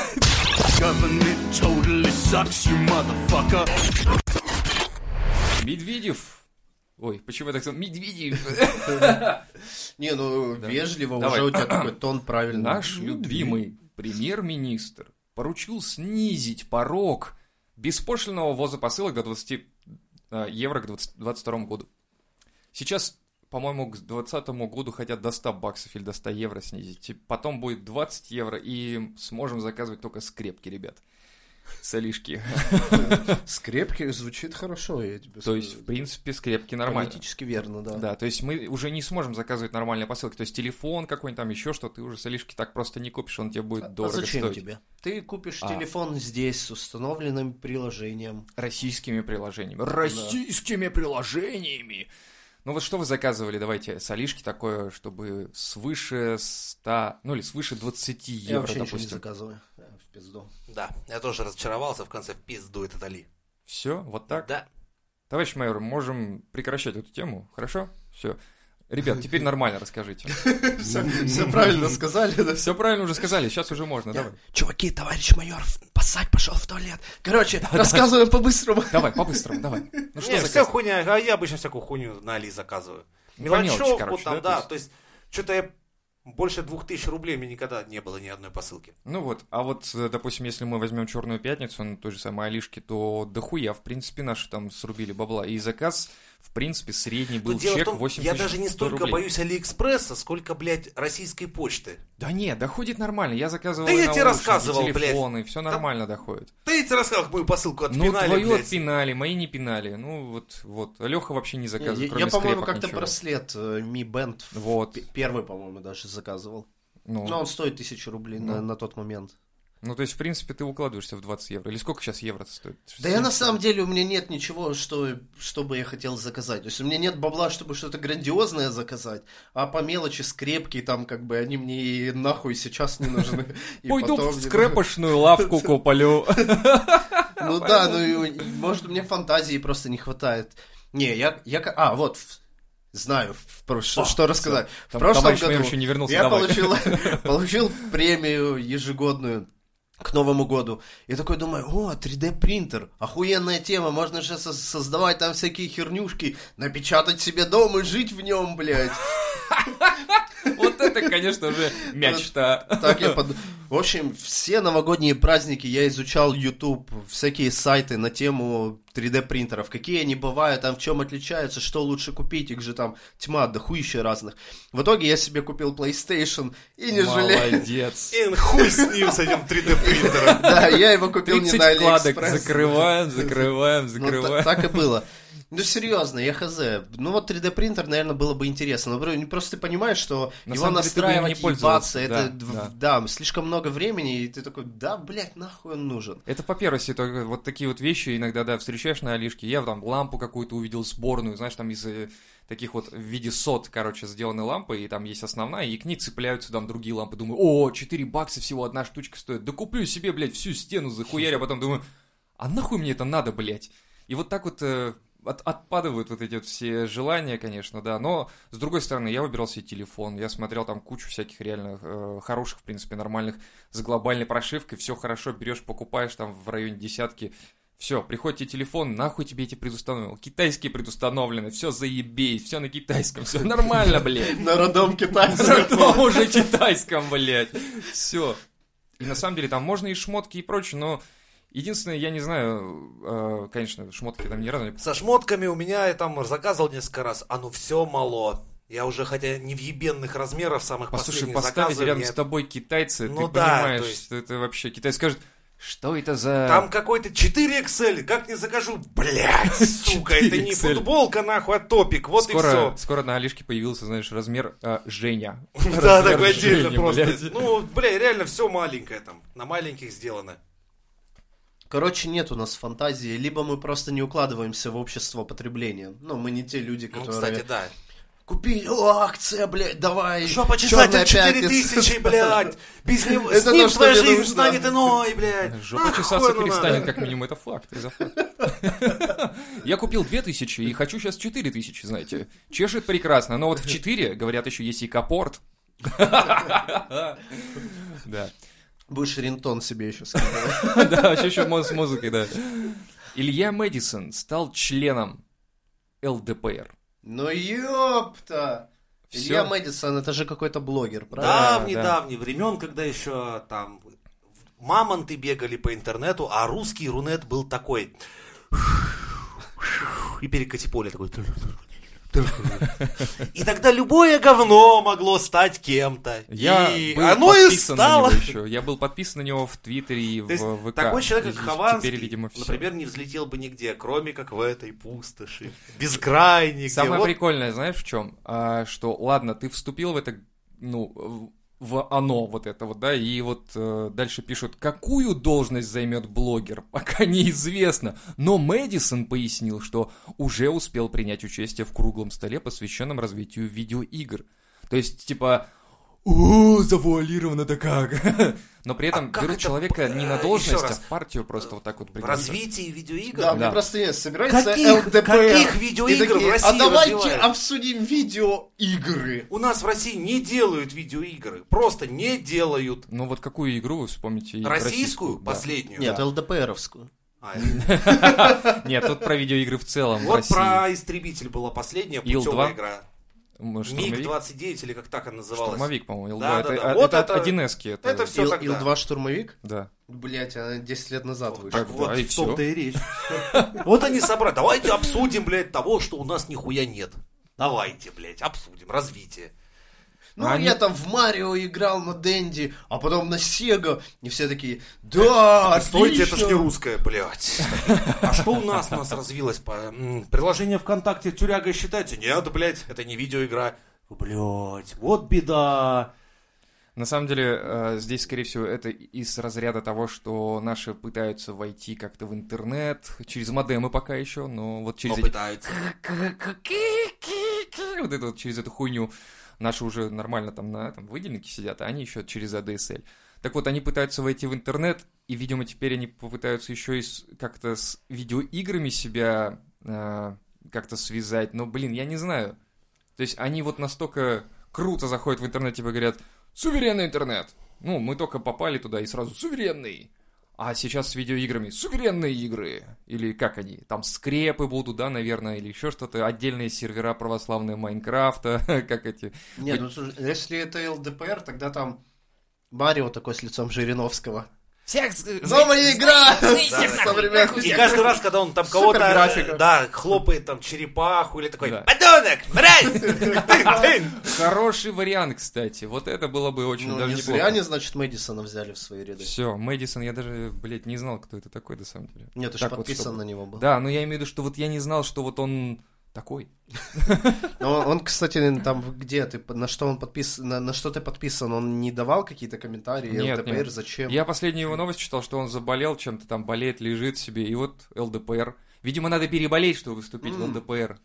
Speaker 4: Government totally sucks, you motherfucker.
Speaker 2: Медведев. Ой, почему я так сказал? Медведев.
Speaker 3: Не, ну, вежливо,
Speaker 2: Давай.
Speaker 3: уже у тебя такой тон правильный.
Speaker 2: Наш любимый премьер-министр поручил снизить порог беспошлиного ввоза посылок до 20 э, евро к 2022 году. Сейчас, по-моему, к 2020 году хотят до 100 баксов или до 100 евро снизить. И Потом будет 20 евро, и сможем заказывать только скрепки, ребят. Солишки.
Speaker 3: Скрепки звучит хорошо, я тебе
Speaker 2: То
Speaker 3: скажу.
Speaker 2: есть, в принципе, скрепки нормально.
Speaker 3: Политически верно, да.
Speaker 2: Да, то есть мы уже не сможем заказывать нормальные посылки. То есть телефон какой-нибудь там еще что, ты уже солишки так просто не купишь, он тебе будет
Speaker 3: А
Speaker 2: дорого
Speaker 3: зачем
Speaker 2: стоить.
Speaker 3: тебе? Ты купишь
Speaker 2: А.
Speaker 3: телефон здесь с установленным приложением.
Speaker 2: Российскими приложениями. Российскими приложениями! Ну вот что вы заказывали, давайте, солишки такое, чтобы свыше 100, ну или свыше 20
Speaker 3: Я
Speaker 2: евро,
Speaker 3: вообще ничего не
Speaker 2: допустим.
Speaker 3: заказываю. Э, В пизду.
Speaker 1: Да, я тоже разочаровался в конце в пизду это дали.
Speaker 2: Все, вот так.
Speaker 1: Да.
Speaker 2: Товарищ майор, можем прекращать эту тему, хорошо? Все. Ребят, теперь нормально расскажите.
Speaker 3: Все правильно сказали, да?
Speaker 2: Все правильно уже сказали, сейчас уже можно, давай.
Speaker 3: Чуваки, товарищ майор, пасать пошел в туалет. Короче, рассказываем по-быстрому.
Speaker 2: Давай, по-быстрому, давай. Ну что
Speaker 1: Не,
Speaker 2: заказывать?
Speaker 1: вся хуйня, а я обычно всякую хуйню на Али заказываю.
Speaker 2: Ну, по мелочи,
Speaker 1: Мелочевку
Speaker 2: короче,
Speaker 1: там,
Speaker 2: да, то
Speaker 1: да,
Speaker 2: есть?
Speaker 1: то есть, что-то я больше двух тысяч рублей мне никогда не было ни одной посылки.
Speaker 2: Ну вот, а вот, э, допустим, если мы возьмем Черную пятницу на той же самой Алишке, то дохуя, в принципе, наши там срубили бабла. И заказ, в принципе, средний был
Speaker 1: Тут дело в
Speaker 2: чек
Speaker 1: том,
Speaker 2: 8
Speaker 1: я
Speaker 2: тысяч
Speaker 1: даже не
Speaker 2: 100
Speaker 1: столько
Speaker 2: рублей.
Speaker 1: боюсь Алиэкспресса, сколько, блядь, российской почты.
Speaker 2: Да не, доходит нормально. Я заказывал
Speaker 1: Да
Speaker 2: и
Speaker 1: я
Speaker 2: наушники,
Speaker 1: тебе рассказывал, блядь.
Speaker 2: телефоны, все нормально доходит.
Speaker 1: Ты ведь рассказал, как мою посылку отпинали,
Speaker 2: ну, твою
Speaker 1: блядь.
Speaker 2: отпинали, мои не пинали. Ну, вот, вот. Леха вообще не
Speaker 3: Я,
Speaker 2: заказывает,
Speaker 3: я,
Speaker 2: кроме
Speaker 3: по-моему,
Speaker 2: скрепок
Speaker 3: как-то
Speaker 2: ничего.
Speaker 3: браслет э, Mi Band в-
Speaker 2: Вот,
Speaker 3: п- первый, по-моему, даже заказывал.
Speaker 2: ну,
Speaker 3: Но он стоит тысячу рублей на,
Speaker 2: Ну.
Speaker 3: на тот момент.
Speaker 2: Ну, то есть, в принципе, ты укладываешься в 20 евро. Или сколько сейчас евро стоит?
Speaker 3: Да я на самом деле, у меня нет ничего, что, что бы я хотел заказать. То есть у меня нет бабла, чтобы что-то грандиозное заказать, а по мелочи скрепки там, как бы, они мне и нахуй сейчас не нужны. И
Speaker 2: Пойду
Speaker 3: потом
Speaker 2: в
Speaker 3: не-
Speaker 2: скрепочную лавку куплю.
Speaker 3: Ну да, ну и- и, может, мне фантазии просто не хватает. Не, я... я ка- а, вот, в- знаю, в про- что,
Speaker 2: О,
Speaker 3: что рассказать. в
Speaker 2: Там
Speaker 3: прошлом
Speaker 2: товарищ
Speaker 3: году
Speaker 2: майор еще не вернулся,
Speaker 3: я
Speaker 2: давай.
Speaker 3: получил, получил премию ежегодную к Новому году. И такой думаю, о, 3D-принтер, охуенная тема, можно же со- создавать там всякие хернюшки, напечатать себе дом и жить в нем, блядь.
Speaker 2: Вот это, конечно, уже мечта.
Speaker 3: Так я под... В общем, все новогодние праздники я изучал YouTube, всякие сайты на тему 3D-принтеров. Какие они бывают, там в чем отличаются, что лучше купить, их же там тьма, дохуища разных. В итоге я себе купил PlayStation и Ну, не жалею.
Speaker 2: Молодец.
Speaker 1: Эн, Э, ну, хуй с ним, с этим 3D-принтером.
Speaker 3: Да, я его купил не
Speaker 2: 30
Speaker 3: на
Speaker 2: вкладок.
Speaker 3: Алиэкспресс.
Speaker 2: Закрываем, закрываем,
Speaker 3: Ну, та-
Speaker 2: закрываем.
Speaker 3: так и было. Ну, серьезно, я хз. Ну, вот 3D-принтер, наверное, было бы интересно. Но ну, просто ты понимаешь, что
Speaker 2: На
Speaker 3: его
Speaker 2: самом деле, ты бы им
Speaker 3: настраивать,
Speaker 2: не пользовался,
Speaker 3: ебаться, это,
Speaker 2: да,
Speaker 3: в- да. слишком много времени, и ты такой, да, блядь, нахуй он нужен.
Speaker 2: Это по первости, только вот такие вот вещи иногда, да, встречаешь на Алишке. Я там лампу какую-то увидел сборную, знаешь, там из э, таких вот в виде сот, короче, сделаны лампы, и там есть основная, и к ней цепляются там другие лампы. Думаю, о, 4 бакса всего одна штучка стоит. Да куплю себе, блядь, всю стену захуярю, а потом думаю, а нахуй мне это надо, блядь? И вот так вот э, от- отпадывают вот эти вот все желания, конечно, да, но с другой стороны, я выбирал себе телефон, я смотрел там кучу всяких реально э, хороших, в принципе, нормальных с глобальной прошивкой, все хорошо, берешь, покупаешь там в районе десятки, все, приходит тебе телефон, нахуй тебе эти предустановил. Китайские предустановлены, все заебись, все на китайском, все нормально, блядь.
Speaker 3: На родом китайцев.
Speaker 2: На том уже китайском, блядь. Все. И на самом деле там можно и шмотки и прочее, но единственное, я не знаю, э, конечно, шмотки там ни разу не
Speaker 1: Со шмотками у меня я там заказывал несколько раз, а ну все мало. Я уже, хотя не в ебенных размерах, самых
Speaker 2: Послушай,
Speaker 1: последних
Speaker 2: поставить
Speaker 1: заказов,
Speaker 2: рядом
Speaker 1: я-
Speaker 2: с тобой китайцы,
Speaker 1: Ну
Speaker 2: ты
Speaker 1: да,
Speaker 2: понимаешь,
Speaker 1: то есть-
Speaker 2: что это вообще... Китай скажет, что это за...
Speaker 1: Там какой-то 4XL, как не закажу, блядь, сука, это не
Speaker 2: 4XL.
Speaker 1: футболка, нахуй, а топик, вот и
Speaker 2: скоро,
Speaker 1: все.
Speaker 2: скоро на Алишке появился, знаешь, размер э, Женя.
Speaker 1: Да,
Speaker 2: Размер
Speaker 1: такой отдельно
Speaker 2: Женя,
Speaker 1: просто.
Speaker 2: блядь.
Speaker 1: Ну, бля, реально все маленькое там, на маленьких сделано.
Speaker 3: Короче, нет у нас фантазии. Либо мы просто не укладываемся в общество потребления. Ну, мы не те люди,
Speaker 1: Ну,
Speaker 3: которые...
Speaker 1: кстати, да.
Speaker 3: Купи, о, акция, блядь, давай.
Speaker 1: Жопа чесатель
Speaker 3: «Чёрная
Speaker 1: 4000,
Speaker 3: пятница».
Speaker 1: блядь, без него,
Speaker 3: Это
Speaker 1: с ним
Speaker 3: то, что
Speaker 1: твоя
Speaker 3: мне
Speaker 1: жизнь
Speaker 3: нужно.
Speaker 1: станет иной, блядь.
Speaker 2: Жопа
Speaker 1: Нахуй
Speaker 2: чесаться
Speaker 1: оно
Speaker 2: перестанет,
Speaker 1: надо?
Speaker 2: как минимум, это факт. это факт. Я купил 2000 и хочу сейчас 4000, знаете. Чешет прекрасно, но вот в 4, говорят, еще есть и капорт. Да.
Speaker 3: Будешь рентон себе еще сказать.
Speaker 2: Да, вообще еще муз- с музыкой, да. Илья Мэдисон стал членом ЛДПР.
Speaker 3: Ну ёпта! Илья
Speaker 2: Всё.
Speaker 3: Мэдисон, это же какой-то блогер, правильно?
Speaker 1: Да,
Speaker 2: Да,
Speaker 1: в недавние времен, когда еще там мамонты бегали по интернету, а русский рунет был такой. И перекати поле такой. И тогда любое говно могло стать кем-то.
Speaker 2: Я
Speaker 1: и
Speaker 2: был
Speaker 1: оно и
Speaker 2: подписан
Speaker 1: стало.
Speaker 2: на него еще. Я был подписан на него в Твиттере и
Speaker 1: То есть
Speaker 2: в ВК.
Speaker 1: такой человек,
Speaker 2: И
Speaker 1: как Хованский,
Speaker 2: Теперь, видимо, все.
Speaker 1: например, не взлетел бы нигде, кроме как в этой пустоши. Безкрайней. где
Speaker 2: Самое
Speaker 1: вот
Speaker 2: прикольное, знаешь, в чем? что, ладно, ты вступил в это, ну, в- в оно вот это вот, да, и вот э, дальше пишут, какую должность займет блогер, пока неизвестно. Но Мэдисон пояснил, что уже успел принять участие в круглом столе, посвященном развитию видеоигр. То есть, типа, о, завуалировано-то как. Но при
Speaker 1: А
Speaker 2: этом
Speaker 1: как
Speaker 2: берут
Speaker 1: это,
Speaker 2: человека не на
Speaker 1: э,
Speaker 2: должность,
Speaker 1: ещё
Speaker 2: а
Speaker 1: раз? Э,
Speaker 2: в партию просто вот так вот
Speaker 1: в
Speaker 2: пригласили.
Speaker 1: развитии видеоигр.
Speaker 3: Да,
Speaker 2: Да.
Speaker 3: мне просто нет, собирается
Speaker 1: Каких-
Speaker 3: ЛДПР.
Speaker 1: каких
Speaker 3: И
Speaker 1: видеоигр
Speaker 3: такие,
Speaker 1: в России
Speaker 3: А давайте
Speaker 1: развивают?»
Speaker 3: обсудим видеоигры.
Speaker 1: У нас в России не делают видеоигры. Просто не делают.
Speaker 2: Ну вот какую игру вы вспомните?
Speaker 1: Российскую,
Speaker 2: да.
Speaker 1: последнюю.
Speaker 3: Нет, ЛДПРовскую.
Speaker 1: А, это-
Speaker 2: Нет, тут про видеоигры в целом в
Speaker 1: А, вот
Speaker 2: России.
Speaker 1: про истребитель была последняя
Speaker 2: Ил-2?
Speaker 1: путевая игра.
Speaker 2: М, Штурмовик,
Speaker 1: МиГ-29 или как так она называлась.
Speaker 2: штурмовик по-моему,
Speaker 1: Да,
Speaker 2: Ил-2.
Speaker 1: да,
Speaker 2: это,
Speaker 1: да.
Speaker 2: а,
Speaker 1: Вот
Speaker 2: это от
Speaker 1: это-
Speaker 2: 1С-ки. Это...
Speaker 1: это всё
Speaker 3: Ил-
Speaker 1: тогда.
Speaker 3: Ил-2 штурмовик?
Speaker 2: Да.
Speaker 3: Блять, она 10 лет назад
Speaker 1: Вот
Speaker 3: вышла.
Speaker 1: Так
Speaker 2: Так,
Speaker 1: вот,
Speaker 2: да, и
Speaker 1: в
Speaker 2: всё.
Speaker 1: том-то и речь. Вот они собрали. Давайте обсудим, блядь, того, что у нас нихуя нет. Давайте, блядь, обсудим развитие.
Speaker 3: Ну,
Speaker 2: Они-
Speaker 3: я там в Марио играл на Денди, а потом на Сега. И все такие, да,
Speaker 1: Стойте,
Speaker 3: отлично.
Speaker 1: это ж не русское, блядь. А что у нас у нас развилось? по- м, Приложение ВКонтакте тюрягой считается? Нет, блядь, это не видеоигра. Блядь, вот беда.
Speaker 2: На самом деле, э, здесь, скорее всего, это из разряда того, что наши пытаются войти как-то в интернет, через модемы пока еще, но вот через
Speaker 1: Но
Speaker 2: эти
Speaker 1: пытаются.
Speaker 2: вот это вот через эту хуйню. Наши уже нормально там на этом выделенке сидят, а они еще через ADSL. Так вот, они пытаются войти в интернет, и, видимо, теперь они попытаются еще и с- как-то с видеоиграми себя э, как-то связать. Но, блин, я не знаю. То есть они вот настолько круто заходят в интернет, типа говорят, суверенный интернет. Ну, мы только попали туда и сразу суверенный. А сейчас с видеоиграми суверенные игры. Или как они? Там скрепы будут, да, наверное, или еще что-то. Отдельные сервера православные Майнкрафта, как эти.
Speaker 3: Нет, ну слушай, если это ЛДПР, тогда там Марио такой с лицом Жириновского. Новая игра! Со времен
Speaker 1: Ну, И каждый раз, когда он там кого-то,
Speaker 3: графика.
Speaker 1: э, да, хлопает там черепаху или такой,
Speaker 2: Да.
Speaker 1: подонок, мразь! Тын-тын!
Speaker 2: Хороший вариант, кстати. Вот это было бы очень
Speaker 3: Ну,
Speaker 2: даже
Speaker 3: не зря
Speaker 2: неплохо.
Speaker 3: они, значит, Мэдисона взяли в свои ряды.
Speaker 2: Все, Мэдисон, я даже, блядь, не знал, кто это такой, на самом деле.
Speaker 3: Нет, ты же
Speaker 2: Так вот,
Speaker 3: подписан
Speaker 2: чтобы-
Speaker 3: на него был.
Speaker 2: Да, но я имею в виду, что вот я не знал, что вот он такой.
Speaker 3: Но он, кстати, там где ты, на что он подписан, на, на что ты подписан, он не давал какие-то комментарии,
Speaker 2: Нет,
Speaker 3: ЛДПР,
Speaker 2: нет.
Speaker 3: зачем?
Speaker 2: Я последнюю его новость читал, что он заболел чем-то там, болеет, лежит себе, и вот ЛДПР. Видимо, надо переболеть, чтобы вступить в
Speaker 3: М.
Speaker 2: ЛДПР.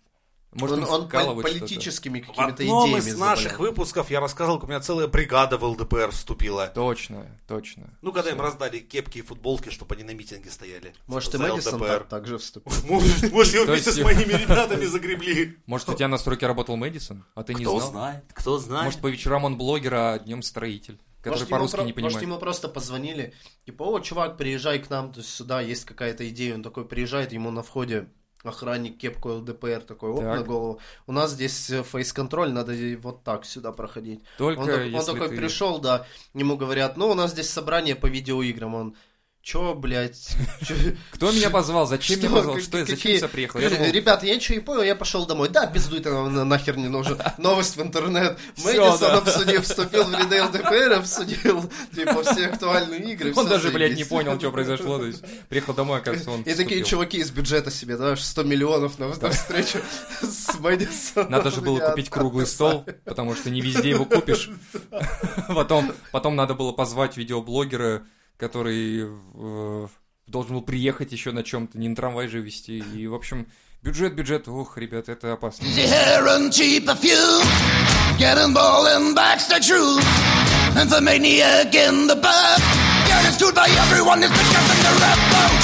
Speaker 2: Может,
Speaker 3: Он,
Speaker 2: он,
Speaker 3: он по-
Speaker 2: вкалывает что-то.
Speaker 3: политическими
Speaker 1: В
Speaker 3: какими-то
Speaker 1: одном
Speaker 3: идеями
Speaker 1: из наших
Speaker 3: заболел.
Speaker 1: выпусков я рассказывал, как у меня целая бригада в ЛДПР вступила.
Speaker 2: Точно, точно.
Speaker 1: Ну, когда им раздали кепки и футболки, чтобы они на митинге стояли.
Speaker 3: Может, и
Speaker 1: Типа, за
Speaker 3: Мэдисон
Speaker 1: ЛДПР.
Speaker 3: так, так же вступил.
Speaker 1: Может, может, его
Speaker 2: То
Speaker 1: вместе
Speaker 2: есть-
Speaker 1: с моими ребятами загребли.
Speaker 2: Может, у тебя на стройке работал Мэдисон, а ты не знал?
Speaker 1: знает, кто знает.
Speaker 2: Может, по вечерам он блогер, а днем строитель, который
Speaker 3: Может, ему
Speaker 2: по-русски
Speaker 3: про-
Speaker 2: не
Speaker 3: может,
Speaker 2: понимает.
Speaker 3: ему просто позвонили, типа, о, чувак, приезжай к нам, то есть сюда есть какая-то идея. Он такой приезжает, ему на входе охранник кепку ЛДПР такой, оп,
Speaker 2: Так.
Speaker 3: на голову. У нас здесь э, фейс-контроль, надо и вот так сюда проходить.
Speaker 2: Только
Speaker 3: Он, так- он
Speaker 2: если
Speaker 3: такой
Speaker 2: ты...
Speaker 3: пришел, да, ему говорят, ну, у нас здесь собрание по видеоиграм. Он, чё, блядь? чё-
Speaker 2: Кто меня позвал? Зачем меня
Speaker 3: что,
Speaker 2: позвал?
Speaker 3: как-
Speaker 2: Что я? Зачем
Speaker 3: какие-
Speaker 2: я сюда приехал? Я
Speaker 3: Скажи,
Speaker 2: думал,
Speaker 3: Ребята, я ничего не понял, я пошел домой. Да, пиздуй ты нам на- нахер не нужен. Новость в интернет.
Speaker 2: Всё,
Speaker 3: Мэдисон
Speaker 2: да.
Speaker 3: обсудил, вступил в ряды ЛДПР, обсудил типа все актуальные игры.
Speaker 2: Он
Speaker 3: всё,
Speaker 2: даже, блядь, не
Speaker 3: заебись.
Speaker 2: понял, что произошло. То есть приехал домой, оказывается, он
Speaker 3: И такие
Speaker 2: вступил.
Speaker 3: чуваки из бюджета себе, да, 100 миллионов на, на встречу с Мэдисоном.
Speaker 2: Надо же было
Speaker 3: Я-
Speaker 2: купить круглый стол, потому что не везде его купишь. Потом, потом надо было позвать видеоблогера, который э, должен был приехать еще на чем-то, не на трамвай же вести. И, в общем, бюджет, бюджет, ох, ребят, это опасно.
Speaker 4: Heron cheap a few. Getting ballin' back's the truth. And the maniac in the back. Getting stood by everyone is the captain the rebel.